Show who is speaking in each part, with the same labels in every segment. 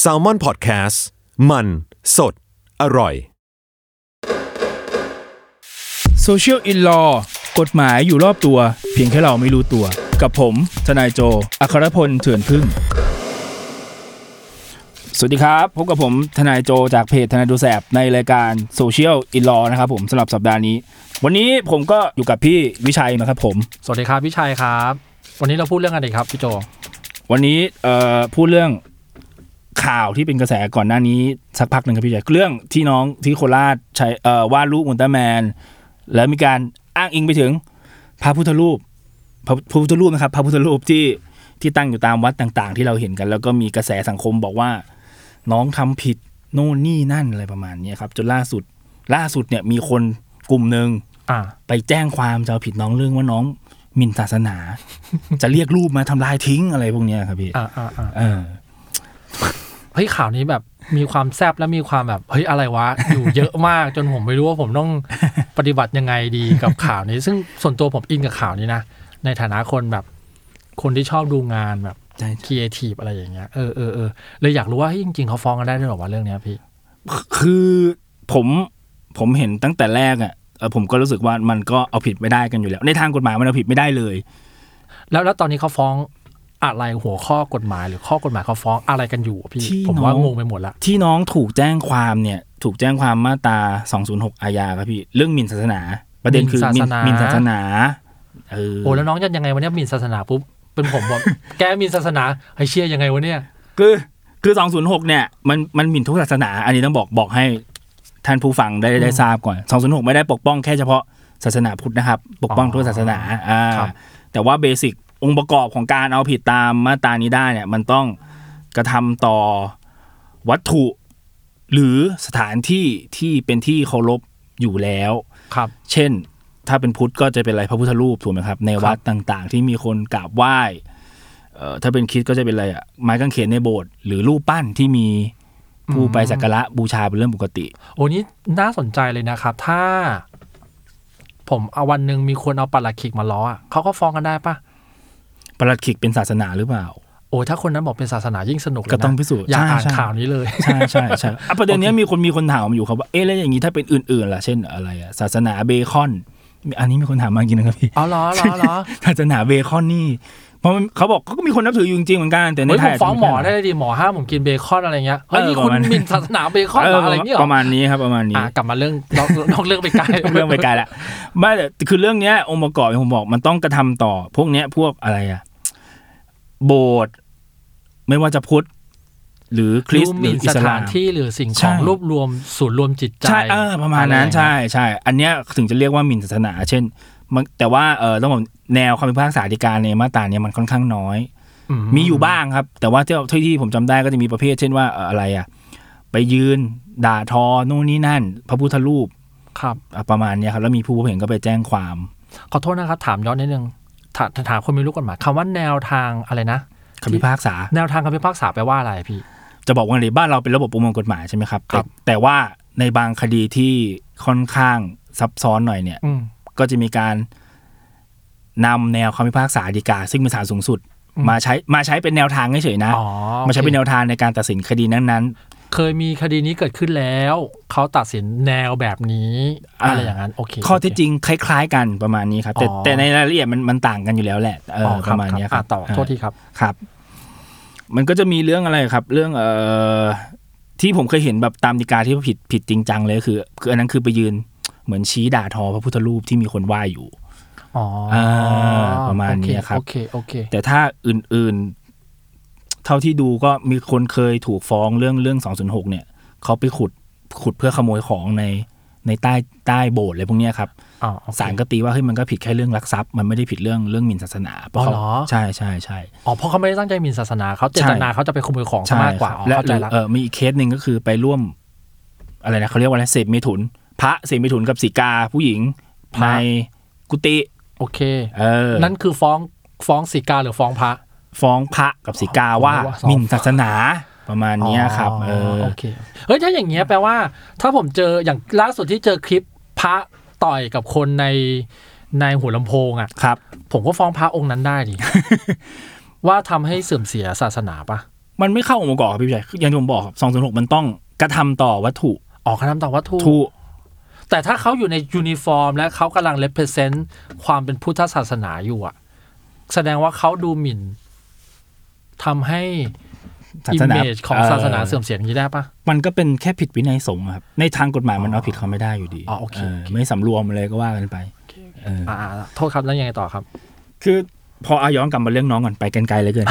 Speaker 1: แซลมอนพอดแคสต์มันสดอร่อย
Speaker 2: Social in Law กฎหมายอยู่รอบตัว เพียงแค่เราไม่รู้ตัว กับผม ทนายโจ อัครพลเถื่อนพึ่ง สวัสดีครับพบกับผมทนายโจจากเพจทนายดูแสบในรายการ Social in Law นะครับผมสำหรับสัปดาห์นี้ วันนี้ผมก็อยู่กับพี่วิชัยนะครับผม
Speaker 3: สวัสดีครับพี่ชัยครับ วันนี้เราพูดเรื่องอะไรดีครับพี่โจ
Speaker 2: วันนี้เอ่อพูดเรื่องข่าวที่เป็นกระแสก่อนหน้านี้สักพักหนึ่งครับพี่ใหญ่เรื่องที่น้องที่โคราชใช้เอ่อวาดรูปอุลตร้าแมน แล้วมีการอ้างอิงไปถึงพระพุทธรูปพระพระพุทธรูปนะครับพระพุทธรูปที่ที่ตั้งอยู่ตามวัดต่าง ๆ ที่เราเห็นกัน แล้วก็มีกระแสสังคมบอกว่า น้องทำผิดโน่นนี่นั่นอะไรประมาณเนี้ยครับจนล่าสุดล่าสุดเนี่ยมีคนกลุ่มหนึ่ง
Speaker 3: อ่า
Speaker 2: ไปแจ้งความจะเอาผิดน้องเรื่องว่าน้องหมิ่นศาสนา จะเรียกรูปมาทำลายทิ้งอะไรพวกเนี้ยครับพี่
Speaker 3: อ่าอ่าอ่า
Speaker 2: เออ
Speaker 3: เฮ้ยข่าวนี้แบบมีความแซบและมีความแบบเฮ้ยอะไรวะ อยู่เยอะมากจนผมไม่รู้ว่าผมต้อง ปฏิบัติยังไงดีกับข่าวนี้ ซึ่งส่วนตัวผมอินกับข่าวนี้นะ ในฐานะคนแบบ คนที่ชอบดูงานแบบ
Speaker 2: ใช่
Speaker 3: ครีเอทีฟอะไรอย่างเงี้ยเออเออเออเลยอยากรู้ว่าเฮ้ยจริงๆเขาฟ้องกันได้ด้วยเหรอวะเรื่องเนี้ยพี่
Speaker 2: คือผมผมเห็นตั้งแต่แรกอ่ะเอ่อผมก็รู้สึกว่ามันก็เอาผิดไม่ได้กันอยู่แล้ว ในทางกฎหมายมันเอาผิดไม่ได้เลย
Speaker 3: แล้วแล้วตอนนี้เขาฟ้องอะไรหัวข้อกฎหมาย หรือข้อกฎหมายเขาฟ้องอะไรกันอยู่อะพี่
Speaker 2: ที่
Speaker 3: ผมว่า
Speaker 2: น้อง
Speaker 3: งงไปหมดละ
Speaker 2: ที่น้องถูกแจ้งความเนี่ย ถูกแจ้งความมาตรา206 อาญาครับพี่ เรื่องหมิ่นศาสนา ประเด็นคือหมิ่นหมิ่นศาสนาเออ
Speaker 3: โอ้แล้วน้องจะยังไงวะเนี่ยหมินศาสนาปุ๊บเป็นผม บอก แกหมินศาสนาไอเชี่ยยังไงวะเนี่ย
Speaker 2: คือคือ 206 เนี่ย มัน มันหมิ่นทุกศาสนา อันนี้ต้องบอก บอกให้ท่านผู้ฟังได้ ได้ทราบก่อน 206 ไม่ได้ปกป้องแค่เฉพาะศาสนาพุทธนะครับ ปกป้อง
Speaker 3: อ๋อ
Speaker 2: ทุกศาสนา อ่า
Speaker 3: ครับ
Speaker 2: แต่ว่าเบสิกองค์ประกอบของการเอาผิดตามมาตรานี้ได้เนี่ย มันต้องกระทำต่อวัตถุ หรือสถานที่ที่เป็นที่เคารพอยู่แล้ว
Speaker 3: ครับ
Speaker 2: เช่น ถ้าเป็นพุทธก็จะเป็นอะไรพระพุทธรูปถูกไหมครับ ในวัดต่างๆ ที่มีคนกราบไหว้เอ่อถ้าเป็นคริดก็จะเป็นอะไรอ่ะไม้กางเขนในโบสถ์หรือรูปปั้นที่มีผู้ไปสักการะบูชาเป็นเรื่องปกติ
Speaker 3: โอ้นี่น่าสนใจเลยนะครับ ถ้า ผมเอาวันหนึ่งมีคนเอาปาราคิกมาล้ออะเขาก็ฟ้องกันได้ปะ
Speaker 2: ประหลัดขิกเป็นศาสนาหรือเปล่า
Speaker 3: โอ้ถ้าคนนั้นบอกเป็นศาสนายิ่งสนุกเลยนะ
Speaker 2: ก็ต้องพิสูจน์
Speaker 3: อยาก
Speaker 2: ใช่
Speaker 3: อ่าน
Speaker 2: ใช่
Speaker 3: ข่าวนี้ เลย
Speaker 2: ใช่ใช่ใช่อ่ะประเด็นเนี้ยมีคนมีคนถามมาอยู่ครับว่าเอ๊ะแล้วอย่างนี้ถ้าเป็นอื่นๆล่ะเช่นอะไรอ่ะศาสนาเบคอน อันนี้มีคนถามมากินนะครับพี่
Speaker 3: เอาล้อล้อล้อ
Speaker 2: ศาสนาเบคอนนี่เพราะมันเขาบอกเขาก็มีคนนับถืออยู่จริงๆเหมือนกันแต่ใน
Speaker 3: เฮ้ย
Speaker 2: ไท
Speaker 3: ผ
Speaker 2: ยอา
Speaker 3: ม
Speaker 2: จจะ
Speaker 3: ฟ้องหมอ
Speaker 2: แพร่
Speaker 3: ได้เลยดิหมอห้ามผมกินเบคอนอะไรเงี้ยเฮ้ย
Speaker 2: เออ
Speaker 3: นี่คุณ
Speaker 2: ประมาณ
Speaker 3: หมินศาสนาเบคอน
Speaker 2: เอ
Speaker 3: เหร
Speaker 2: อ
Speaker 3: ออะไรเงี้ยเหร
Speaker 2: ป
Speaker 3: อ
Speaker 2: ระมาณนี้ครับประมาณนี้
Speaker 3: อ่ะกลับมาเรื่อง นอกนอกเรื่องไปไกล
Speaker 2: เรื่องไปไกลละไม่แต่คือเรื่องเนี้ยองค์ประกอบที่ผมบอกมันต้องกระทำต่อ พวกเนี้ยพวกอะไรอะโบสถ์ไม่ว่าจะพุทธหรือคริส
Speaker 3: ดู
Speaker 2: ต์
Speaker 3: ห
Speaker 2: หรื
Speaker 3: มิ่
Speaker 2: อน อิ
Speaker 3: ส
Speaker 2: สลา
Speaker 3: ถาม นที่หรือสิ่งข
Speaker 2: ใช่
Speaker 3: องรวบรวมศูนย์รวมจิตใจ
Speaker 2: ใช่เออประมาณนั้น
Speaker 3: อไอย่งเงี้ย
Speaker 2: ใช่ใช่อันเนี้ยถึงจะเรียกว่าหมิ่นศาสนา เช่นมันแต่ว่าเออต้องบอกแนวคำพิพากษาฎีกาในมาตราเนี้ยมันค่อนข้างน้อย
Speaker 3: อื
Speaker 2: มีอยู่บ้างครับ แต่ว่าที่ที่ที่ผมจำได้ก็จะมีประเภท เช่นว่าเอ่ออะไรอะไปยืนด่าทอโน่นนี่นั่น พระพุทธรูป
Speaker 3: ครับ
Speaker 2: อ่ะประมาณเนี้ยครับแล้วมีผู้พบเห็นก็ไปแจ้งความ
Speaker 3: ขอโทษนะครับ ถามย้อนนิดนึงถาถามคนไม่รู้กฎหมายคำว่าแนวทางอะไรนะ
Speaker 2: คำพิพากษา
Speaker 3: แนวทางคำพิพากษาแปลว่าอะไรพี่
Speaker 2: จะบอกว่าในบ้านเราเป็นระบบประมวลกฎหมายใช่ไหมครับ
Speaker 3: ครับ
Speaker 2: แต่แต่ว่าในบางคดีที่ค่อนข้างซับซ้อนหน่อยเนี่ย
Speaker 3: อืม
Speaker 2: ก็จะมีการนำแนวคำพิพากษาฎีกา ซึ่งเป็นศาลสูงสุด
Speaker 3: อืม
Speaker 2: มาใช้มาใช้เป็นแนวทางเฉยๆนะ
Speaker 3: อ๋อ
Speaker 2: มาใช้เป็นแนวทางในการตัดสินคดีนั้น
Speaker 3: เคยมีคดีนี้เกิดขึ้นแล้ว เขาตัดสินแนวแบบนี้อะไรอย่างนั้นโอเค
Speaker 2: ๆข้อเท็จจริงคล้าย ๆ กันประมาณนี้ครับ แต่
Speaker 3: อ๋อ
Speaker 2: แต่ในรายละเอียดมันมันต่างกันอยู่แล้วแหละเออ
Speaker 3: อ๋อค
Speaker 2: ป
Speaker 3: บ
Speaker 2: ระมาณเนี้ย
Speaker 3: ค
Speaker 2: ค
Speaker 3: รั
Speaker 2: รั
Speaker 3: บบ อ่ะต่อโทษทีครับ
Speaker 2: ครับ มันก็จะมีเรื่องอะไรครับ เรื่องเอ่อที่ผมเคยเห็นแบบตามฎีกาที่ผิดผิดจริงจังเลยคือคืออันนั้นคือไปยืนเหมือนชี้ด่าทอพระพุทธรูปที่มีคนไหว้อยู่
Speaker 3: อ๋อ
Speaker 2: อ่าประมาณเนี้ยครับ
Speaker 3: โอเคโอเคโอเค
Speaker 2: แต่ถ้าอื่นๆ เท่าที่ดูก็มีคนเคยถูกฟ้องเรื่องเรื่อง 206 เนี่ยเขาไปขุดขุดเพื่อขโมยของในในใต้ใต้โบสถ์อะไรพวกเนี้ยครับ
Speaker 3: อ๋อโอเค
Speaker 2: ศาลก็ตีว่าเฮ้ยมันก็ผิดแค่เรื่องลักทรัพย์มันไม่ได้ผิดเรื่องเรื่องหมิ่นศาสนาเพราะเขา
Speaker 3: อ๋อเหรอ
Speaker 2: ใช่ใช่ใช่
Speaker 3: อ๋อเพราะเขาไม่ได้ตั้งใจหมินศาสนาเขาเจ
Speaker 2: ใช่
Speaker 3: ตนาเขาจะไปขโมยของ
Speaker 2: ใช่
Speaker 3: มากกว่า
Speaker 2: ค
Speaker 3: อ๋
Speaker 2: รั
Speaker 3: อบ
Speaker 2: และ
Speaker 3: เข้า
Speaker 2: ห
Speaker 3: ใจ
Speaker 2: รือ
Speaker 3: ละ
Speaker 2: เออมีอีกเคสหนึ่งก็คือไปร่วม อะไรนะเขาเรียกว่าอะไรเสพเมถุน พระเสพเมถุนกับสีกาผู้หญิงในกุฏิ
Speaker 3: โอเค
Speaker 2: เออ
Speaker 3: นั่นคือฟ้องฟ้องสีกาหรือฟ้องพระ
Speaker 2: ฟ้องพระกับสีกาว่า
Speaker 3: ผมว่าสอง
Speaker 2: หมิ่นศาสนาประมาณเนี้ยครับเออ
Speaker 3: โอเคเฮ้ยถ้าอย่างเงี้ยแปลว่า ถ้าผมเจออย่างล่าสุดที่เจอคลิปพระต่อยกับคนในในหัวลำโพงอ่ะ
Speaker 2: ครับ
Speaker 3: ผมก็ฟ้องพระองค์นั้นได้ดิ ว่าทำให้เสื่อมเสียศาสนาปะ
Speaker 2: มันไม่เข้าองค์ประกอบครับพี่ชัยคืออย่างที่ผมบอกครับสองศูนย์หกมันต้องกระทำต่อวัตถุ
Speaker 3: ออกคำนามต่อวัตถุ
Speaker 2: ถูก
Speaker 3: แต่ถ้าเขาอยู่ในยูนิฟอร์ม และเขากำลัง represent ความเป็นพุทธศาสนาอยู่อะแสดงว่าเขาดูหมิ่นทำให้
Speaker 2: ศาสนา
Speaker 3: image ของศาสนา
Speaker 2: เ
Speaker 3: เสื่อมเสียอย่างนี้ได้ปะ
Speaker 2: มันก็เป็นแค่ผิดวินัยสงฆ์อะครับในทางกฎหมายมันเอาผิดเขาไม่ได้อยู่ดี
Speaker 3: อ๋อโอเคโอเค
Speaker 2: ไม่สำรวมเลยก็ว่ากันไปเออ
Speaker 3: อ่าๆโทษครับแล้วยังไงต่อครับ
Speaker 2: คือพออาย้อนกลับมาเรื่องน้องก่อนไปกันไกลเหลยเกิน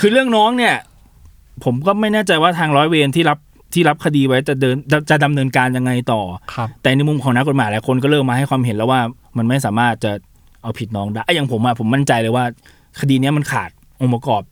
Speaker 2: คือเรื่องน้องเนี่ย ผมก็ไม่แน่ใจว่าทางร้อยเวรที่รับที่รับคดีไว้จะเดินจะจะดำเนินการยังไงต่อ
Speaker 3: ครับ
Speaker 2: แต่ในมุมของนักกฎหมายหลายคนก็เริ่มมาให้ความเห็นแล้วว่ามันไม่สามารถจะเอาผิดน้องได้ไอ้ยอย่างผมอะผมมั่นใจเลยว่า คดีเนี้ยมันขาดองค์ประกอบ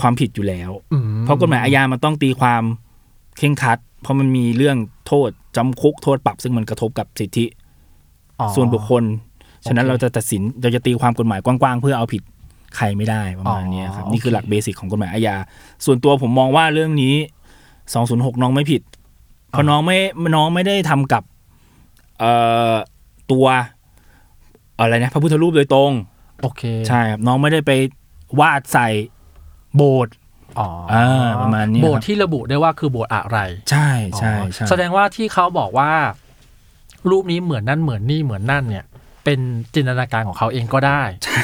Speaker 2: ความผิดอยู่แล้ว
Speaker 3: อืม
Speaker 2: เพราะกฎหมายอาญามันต้องตีความเคร่งครัด เพราะมันมีเรื่องโทษจำคุกโทษปรับ ซึ่งมันกระทบกับสิทธิ
Speaker 3: อ๋อ
Speaker 2: ส่วนบุคคล ฉะนั้น
Speaker 3: โอเค
Speaker 2: เราจะตัดสิน เราจะตีความกฎหมายกว้างๆ เพื่อเอาผิดใครไม่ได้ประมาณ
Speaker 3: อ๋อ
Speaker 2: เนี้ยครับ
Speaker 3: โอเค
Speaker 2: นี่คือหลักเบสิกของกฎหมายอาญา ส่วนตัวผมมองว่าเรื่องนี้ 206 น้องไม่ผิด เพราะน้องไม่ น้องไม่ได้ทำกับ เอ่อ ตัว อะไรนะ พระพุทธรูปโดยตรง
Speaker 3: โอเค
Speaker 2: ใช่ครับ น้องไม่ได้ไปวาดใส่โบสถ์
Speaker 3: อ๋อ
Speaker 2: อ่าประมาณนี้ครับ
Speaker 3: โบสถ์ที่ระบุได้ว่าคือโบสถ์อะไร
Speaker 2: ใช่ใช่ใช่
Speaker 3: แสดงว่าที่เขาบอกว่า รูปนี้เหมือนนั่นเหมือนนี่เหมือนนั่นเนี่ย เป็นจินตนาการของเขาเองก็ได้
Speaker 2: ใช่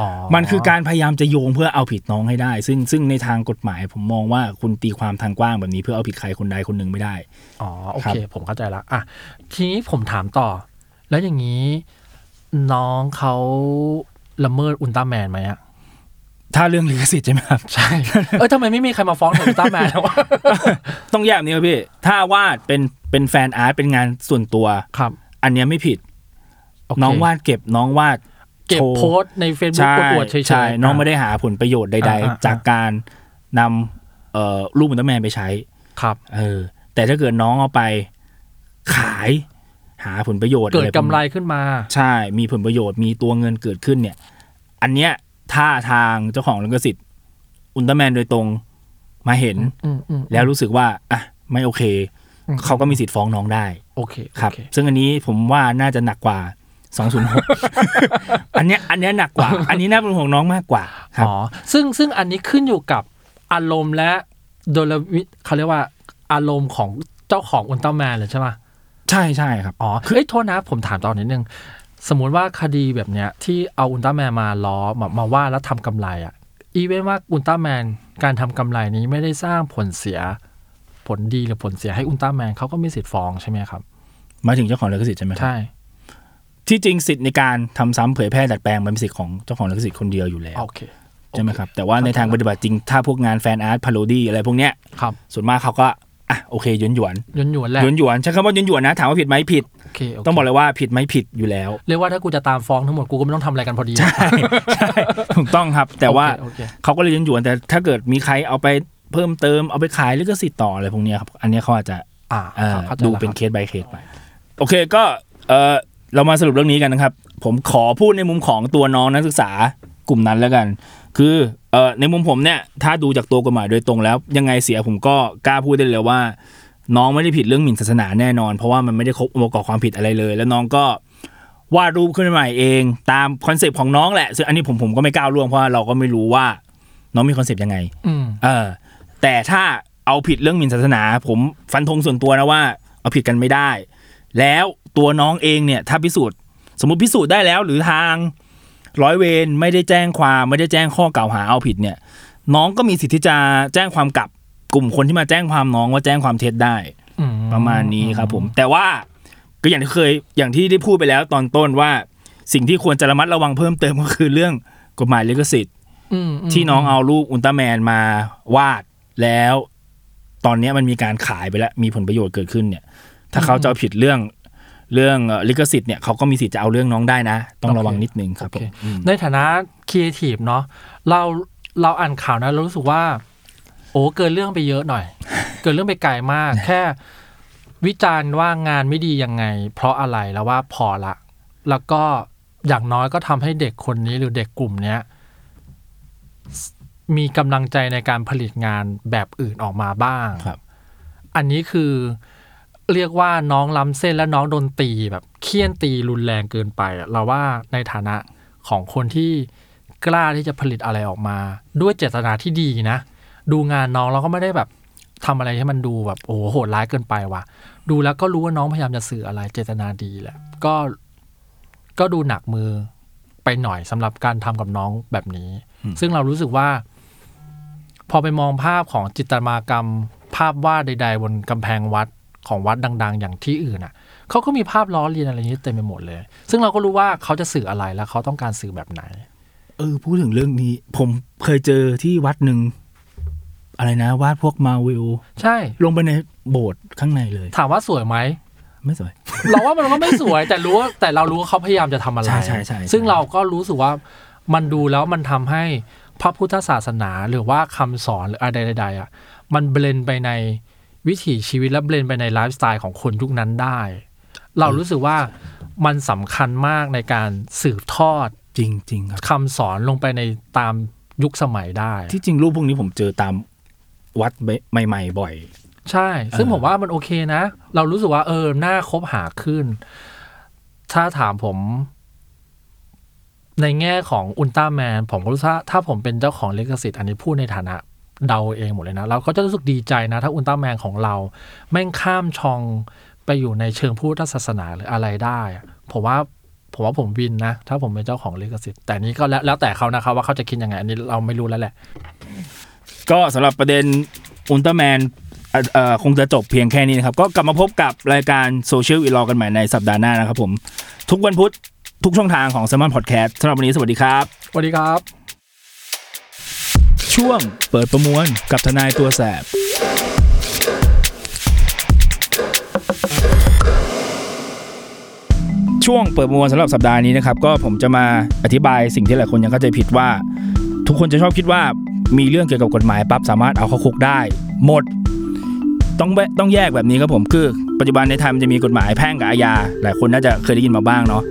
Speaker 3: อ๋อ
Speaker 2: มันคือการพยายามจะโยงเพื่อเอาผิดน้องให้ได้ ซึ่งซึ่งในทางกฎหมาย ผมมองว่าคุณตีความทางกว้างแบบนี้เพื่อเอาผิดใครคนใดคนหนึ่งไม่ได้
Speaker 3: อ๋อโอเค ผมเข้าใจละอ่ะทีนี้ผมถามต่อ แล้วอย่างนี้ น้องเขาละเมิดอุลตร้าแมนไหม อะ
Speaker 2: ถ้าเรื่องลิขสิทธิ์ใช่ไหมครับ
Speaker 3: ใช่ เออทำไมไม่มีใครมาฟ้องอุลตร้าแมนวะ
Speaker 2: ต้องแยกแบบนี้ครับพี่ ถ้าวาดเป็นเป็นแฟนอาร์ตเป็นงานส่วนตัว
Speaker 3: ครับ
Speaker 2: อันเนี้ยไม่ผิด
Speaker 3: โเค
Speaker 2: น้องวาดเก็บน้องวาด
Speaker 3: เก็บ
Speaker 2: โชว์
Speaker 3: โพสต์ในเฟซบุ๊ก
Speaker 2: ใช่
Speaker 3: ประกวดเฉยๆ
Speaker 2: ใช่น้องไม่ได้หาผลประโยชน์ใด
Speaker 3: อ่าอ่า
Speaker 2: ๆ จากการนำเอ่อรูปอุลตร้าแมนไปใช้
Speaker 3: ครับ
Speaker 2: เออ แต่ถ้าเกิดน้องเอาไปขายหาผลประโยชน์
Speaker 3: เกิด
Speaker 2: อะปะ
Speaker 3: กำ
Speaker 2: มาณ
Speaker 3: ไรขึ้นมา
Speaker 2: ใช่ มีผลประโยชน์ มีตัวเงินเกิดขึ้นเนี่ย อันเนี้ยถ้าทางเจ้าของลิขสิทธิ์อุลตร้าแมนโดยตรงมาเห็น
Speaker 3: อืมอืม
Speaker 2: แล้วรู้สึกว่า อ่ะ ไม่โอเค
Speaker 3: อืม
Speaker 2: เขาก็มีสิทธิ์ฟ้องน้องได้
Speaker 3: โอเค
Speaker 2: ครับ
Speaker 3: โอเ
Speaker 2: ซึ่งอันนี้ผมว่าน่าจะหนักกว่า 206 อันเนี้ยอันเนี้ยหนักกว่า อันนี้น่าเป็นห่วงน้องมากกว่าครับ
Speaker 3: อ๋อซึ่งซึ่งอันนี้ขึ้นอยู่กับอารมณ์และโดลวิเขาเรียกว่าอารมณ์ของเจ้าของอุลตร้าแมนเลยใช่ไหม
Speaker 2: ใช่ใช่ครับ
Speaker 3: อ๋อคือเอ้ยโทษนะผมถามตอนนิดนึง สมมุติว่าคดีแบบเนี้ย ที่เอาอุลตร้าแมนมาล้อมามาว่าแล้วทำกำไรอ่ะ อีเวนว่าอุลตร้าแมนการทำกำไรนี้ไม่ได้สร้างผลเสีย ผลดีหรือผลเสียให้อุลตร้าแมนเขาก็มีสิทธิ์ฟ้องใช่ไหมครับ
Speaker 2: มาถึงเจ้าของลิขสิทธิ์ใช่ไหมครับ
Speaker 3: ใช่
Speaker 2: ที่จริงสิทธิ์ในการทำซ้ำเผยแพร่ดัดแปลงมันเป็นสิทธิ์ของเจ้าของลิขสิทธิ์คนเดียวอยู่แล้ว
Speaker 3: โอเค
Speaker 2: ใช่ไหมครับ แต่ว่าในทางปฏิบัติจริง ถ้าพวกงานแฟนอาร์ตพาโรดี้อะไรพวกเนี้ย
Speaker 3: ครับ
Speaker 2: ส่วนมากเขาก็อ่ะโอเคหยวนหยวน
Speaker 3: ยนหยวนๆแหละ
Speaker 2: หยวนหยวนใช้คำว่าหยวนหยวนนะถามว่าผิดไหมผิด
Speaker 3: โอเคโ
Speaker 2: ต้องบอกเลยว่าผิดไหมผิดอยู่แล้ว
Speaker 3: เรียกว่าถ้ากูจะตามฟ้องทั้งหมดกูก็ไม่ต้องทำอะไรกันพอดี
Speaker 2: ใช่ ใช่ถูกต้องครับ แต่ว่า
Speaker 3: โอเคโอเค
Speaker 2: เขาก็เลยหยวนหยวนแต่ถ้าเกิดมีใครเอาไปเพิ่มเติมเอาไปขายลิขสิทธิ์ต่ออะไรพวกเนี้ยครับอันเนี้ยเขาอาจจะ
Speaker 3: อ่า
Speaker 2: เอ่อ
Speaker 3: เข้าใจ
Speaker 2: ดู
Speaker 3: แล้ว
Speaker 2: เป็น
Speaker 3: ครั
Speaker 2: เคส
Speaker 3: บ
Speaker 2: by เคสไปโอเคก็เออเรามาสรุปเรื่องนี้กันนะครับ ผมขอพูดในมุมของตัวน้องนักศึกษากลุ่มนั้นแล้วกัน คือเออในมุมผมเนี่ยถ้าดูจากตัวกฎหมายโดยตรงแล้ว ยังไงเสียผมก็กล้าพูดได้เลยว่า น้องไม่ได้ผิดเรื่องหมิ่นศาสนาแน่นอน เพราะว่ามันไม่ได้ครบองค์ประกอบความผิดอะไรเลย แล้วน้องก็วาดรูปขึ้นมาใหม่เอง ตามคอนเซปต์ของน้องแหละซึ่งอันนี้ผมผมก็ไม่ก้าวล่วงเพราะว่าเราก็ไม่รู้ว่า น้องมีคอนเซปต์ยังไง
Speaker 3: อืม
Speaker 2: เออ แต่ถ้าเอาผิดเรื่องหมิ่นศาสนา ผมฟันธงส่วนตัวนะว่า เอาผิดกันไม่ได้ แล้วตัวน้องเองเนี่ย ถ้าพิสูจน์สมมติพิสูจน์ได้แล้ว หรือทางร้อยเวรไม่ได้แจ้งความไม่ได้แจ้งข้อกล่าวหาเอาผิดเนี่ย น้องก็มีสิทธิ์ที่จะแจ้งความกลับกลุ่มคนที่มาแจ้งความน้องว่าแจ้งความเท็จได้
Speaker 3: อืม
Speaker 2: ประมาณนี้ครับผมแต่ว่าก็อย่างที่เคยอย่างที่ได้พูดไปแล้วตอนต้นว่า สิ่งที่ควรจะระมัดระวังเพิ่มเติมก็คือเรื่องกฎหมายลิขสิทธิ์
Speaker 3: อืมม
Speaker 2: ที่น้องเอารูปอุลตร้าแมนมาวาดแล้ว ตอนเนี้ยมันมีการขายไปแล้ว มีผลประโยชน์เกิดขึ้นเนี่ย ถ้าเขาจะเอาผิดเรื่องเรื่องเอ่อลิขสิทธิ์เนี่ยเขาก็มีสิทธิ์จะเอาเรื่องน้องได้นะ ต้องระวังนิดนึงครับ
Speaker 3: โอ
Speaker 2: ผ
Speaker 3: เค
Speaker 2: ม
Speaker 3: ในฐานะครีเอทีฟเนาะเราเราอ่านข่าวนะเรารู้สึกว่า โอ้เกินเรื่องไปเยอะหน่อย เกินเรื่องไปไกลม าก แค่ วิจารณ์ว่างานไม่ดียังไง เพราะอะไรแล้วว่าพอละ แล้วก็อย่างน้อยก็ทำให้เด็กคนนี้หรือเด็กกลุ่มเนี้ย มีกำลังใจในการผลิตงานแบบอื่นออกมาบ้าง
Speaker 2: ครับ
Speaker 3: อันนี้คือเรียกว่าน้องล้ำเส้นและน้องโดนตีแบบเคี่ยนตีรุนแรงเกินไปอะเราว่าในฐานะของคนที่กล้าที่จะผลิตอะไรออกมา ด้วยเจตนาที่ดีนะ ดูงานน้องเราก็ไม่ได้แบบทำอะไรให้มันดูแบบโอ้โหโหดร้ายเกินไปว่ะ ดูแล้วก็รู้ว่าน้องพยายามจะสื่ออะไรเจตนาดีแหละ ก็ก็ดูหนักมือไปหน่อยสำหรับการทำกับน้องแบบนี้ ซึ่งเรารู้สึกว่า พอไปมองภาพของจิตรมากรรม ภาพวาดใด ๆ บนกำแพงวัดของวัดดัง ๆ อย่างที่อื่นอ่ะเขาก็มีภาพล้อเลียนอะไรอย่างนี้เต็มไปหมดเลย ซึ่งเราก็รู้ว่าเขาจะสื่ออะไรและเขาต้องการสื่อแบบไหน
Speaker 2: เออพูดถึงเรื่องนี้ ผมเคยเจอที่วัดหนึ่งอะไรนะ วาดพวกมาวิล
Speaker 3: ใช่
Speaker 2: ลงไปในโบสถ์ข้างในเลย
Speaker 3: ถามว่าสวยไหม
Speaker 2: ไม่สวย
Speaker 3: เราว่ามันก็ไม่สวย แต่รู้ว่าแต่เรารู้ว่าเขาพยายามจะทำอะไร
Speaker 2: ใช่ใช่ใช่
Speaker 3: ซึ่งเราก็รู้สึกว่ามันดูแล้วมันทำให้พระพุทธศาสนาหรือว่าคำสอนหรืออะไรใดๆอ่ะมันเบลนไปในวิถีชีวิตและเบลนไปในไลฟ์สไตล์ของคนยุคนั้นได้ เรารู้สึกว่ามันสำคัญมากในการสืบทอด
Speaker 2: จริงจริงครับ
Speaker 3: คำสอนลงไปในตามยุคสมัยได้
Speaker 2: ที่จริงรูปพวกนี้ผมเจอตามวัดใหม่ๆบ่อย
Speaker 3: ใช่ ซึ่ง
Speaker 2: เออ
Speaker 3: ผมว่ามันโอเคนะ เรารู้สึกว่าเออ น่าคบหาขึ้น ถ้าถามผม ในแง่ของอุลตร้าแมน ผมก็รู้สึกว่าถ้าผมเป็นเจ้าของลิขสิทธิ์อันนี้พูดในฐานะเดาเองหมดเลยนะ เราก็จะรู้สึกดีใจนะ ถ้าอุลตร้าแมนของเรา แม่งข้ามช่องไปอยู่ในเชิงพุทธศาสนาหรืออะไรได้อะผมว่า ผมว่าผมวินนะ ถ้าผมเป็นเจ้าของลิขสิทธิ์ แต่นี้ก็แล้วแล้วแต่เขานะครับว่าเขาจะคิดยังไง อันนี้เราไม่รู้แล้วแหละ
Speaker 2: ก็สำหรับประเด็นอุลตร้าแมนเอ่อเอ่อคงจะจบเพียงแค่นี้นะครับ ก็กลับมาพบกับรายการโซเชียลอีลอกันใหม่ในสัปดาห์หน้านะครับผม ทุกวันพุธทุกช่องทางของ s ซ m มอนพอดแคสต์สำหรับวันนี้สวัสดีครับ
Speaker 3: สวัสดีครับ
Speaker 2: ช่วงเปิดประมวลกับทนายตัวแสบช่วงเปิดประมวลสำหรับสัปดาห์นี้นะครับ ก็ผมจะมาอธิบายสิ่งที่หลายคนยังเข้าใจผิดว่า ทุกคนจะชอบคิดว่ามีเรื่องเกี่ยวกับกฎหมายปั๊บสามารถเอาเข้าคุกได้ หมด ต้องแวต้องแยกแบบนี้ครับผมคือปัจจุบันในไทยมันจะมีกฎหมายแพ่งกับอาญาหลายคนน่าจะเคยได้ยินมาบ้างเนาะ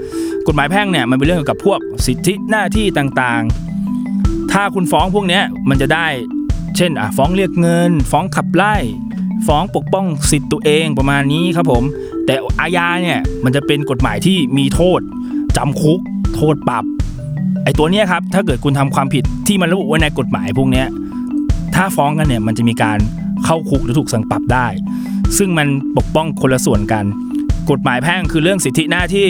Speaker 2: กฎหมายแพ่งเนี่ยมันเป็นเรื่องเกี่ยวกับพวกสิทธิหน้าที่ต่างๆ ถ้าคุณฟ้องพวกเนี้ยมันจะได้ เช่นอ่ะฟ้องเรียกเงิน ฟ้องขับไล่ ฟ้องปกป้องสิทธิ์ตัวเองประมาณนี้ครับผม แต่อาญาเนี่ยมันจะเป็นกฎหมายที่มีโทษจำคุก โทษปรับ ไอตัวเนี้ยครับถ้าเกิดคุณทำความผิดที่มันระบุไว้ในกฎหมายพวกเนี้ยถ้าฟ้องกันเนี่ยมันจะมีการเข้าคุกหรือถูกสั่งปรับได้ ซึ่งมันปกป้องคนละส่วนกัน กฎหมายแพ่งคือเรื่องสิทธิหน้าที่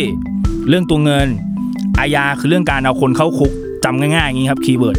Speaker 2: เรื่องตัวเงิน อาญาคือเรื่องการเอาคนเข้าคุกจำง่ายๆอย่างนี้ครับคีย์เวิร์ด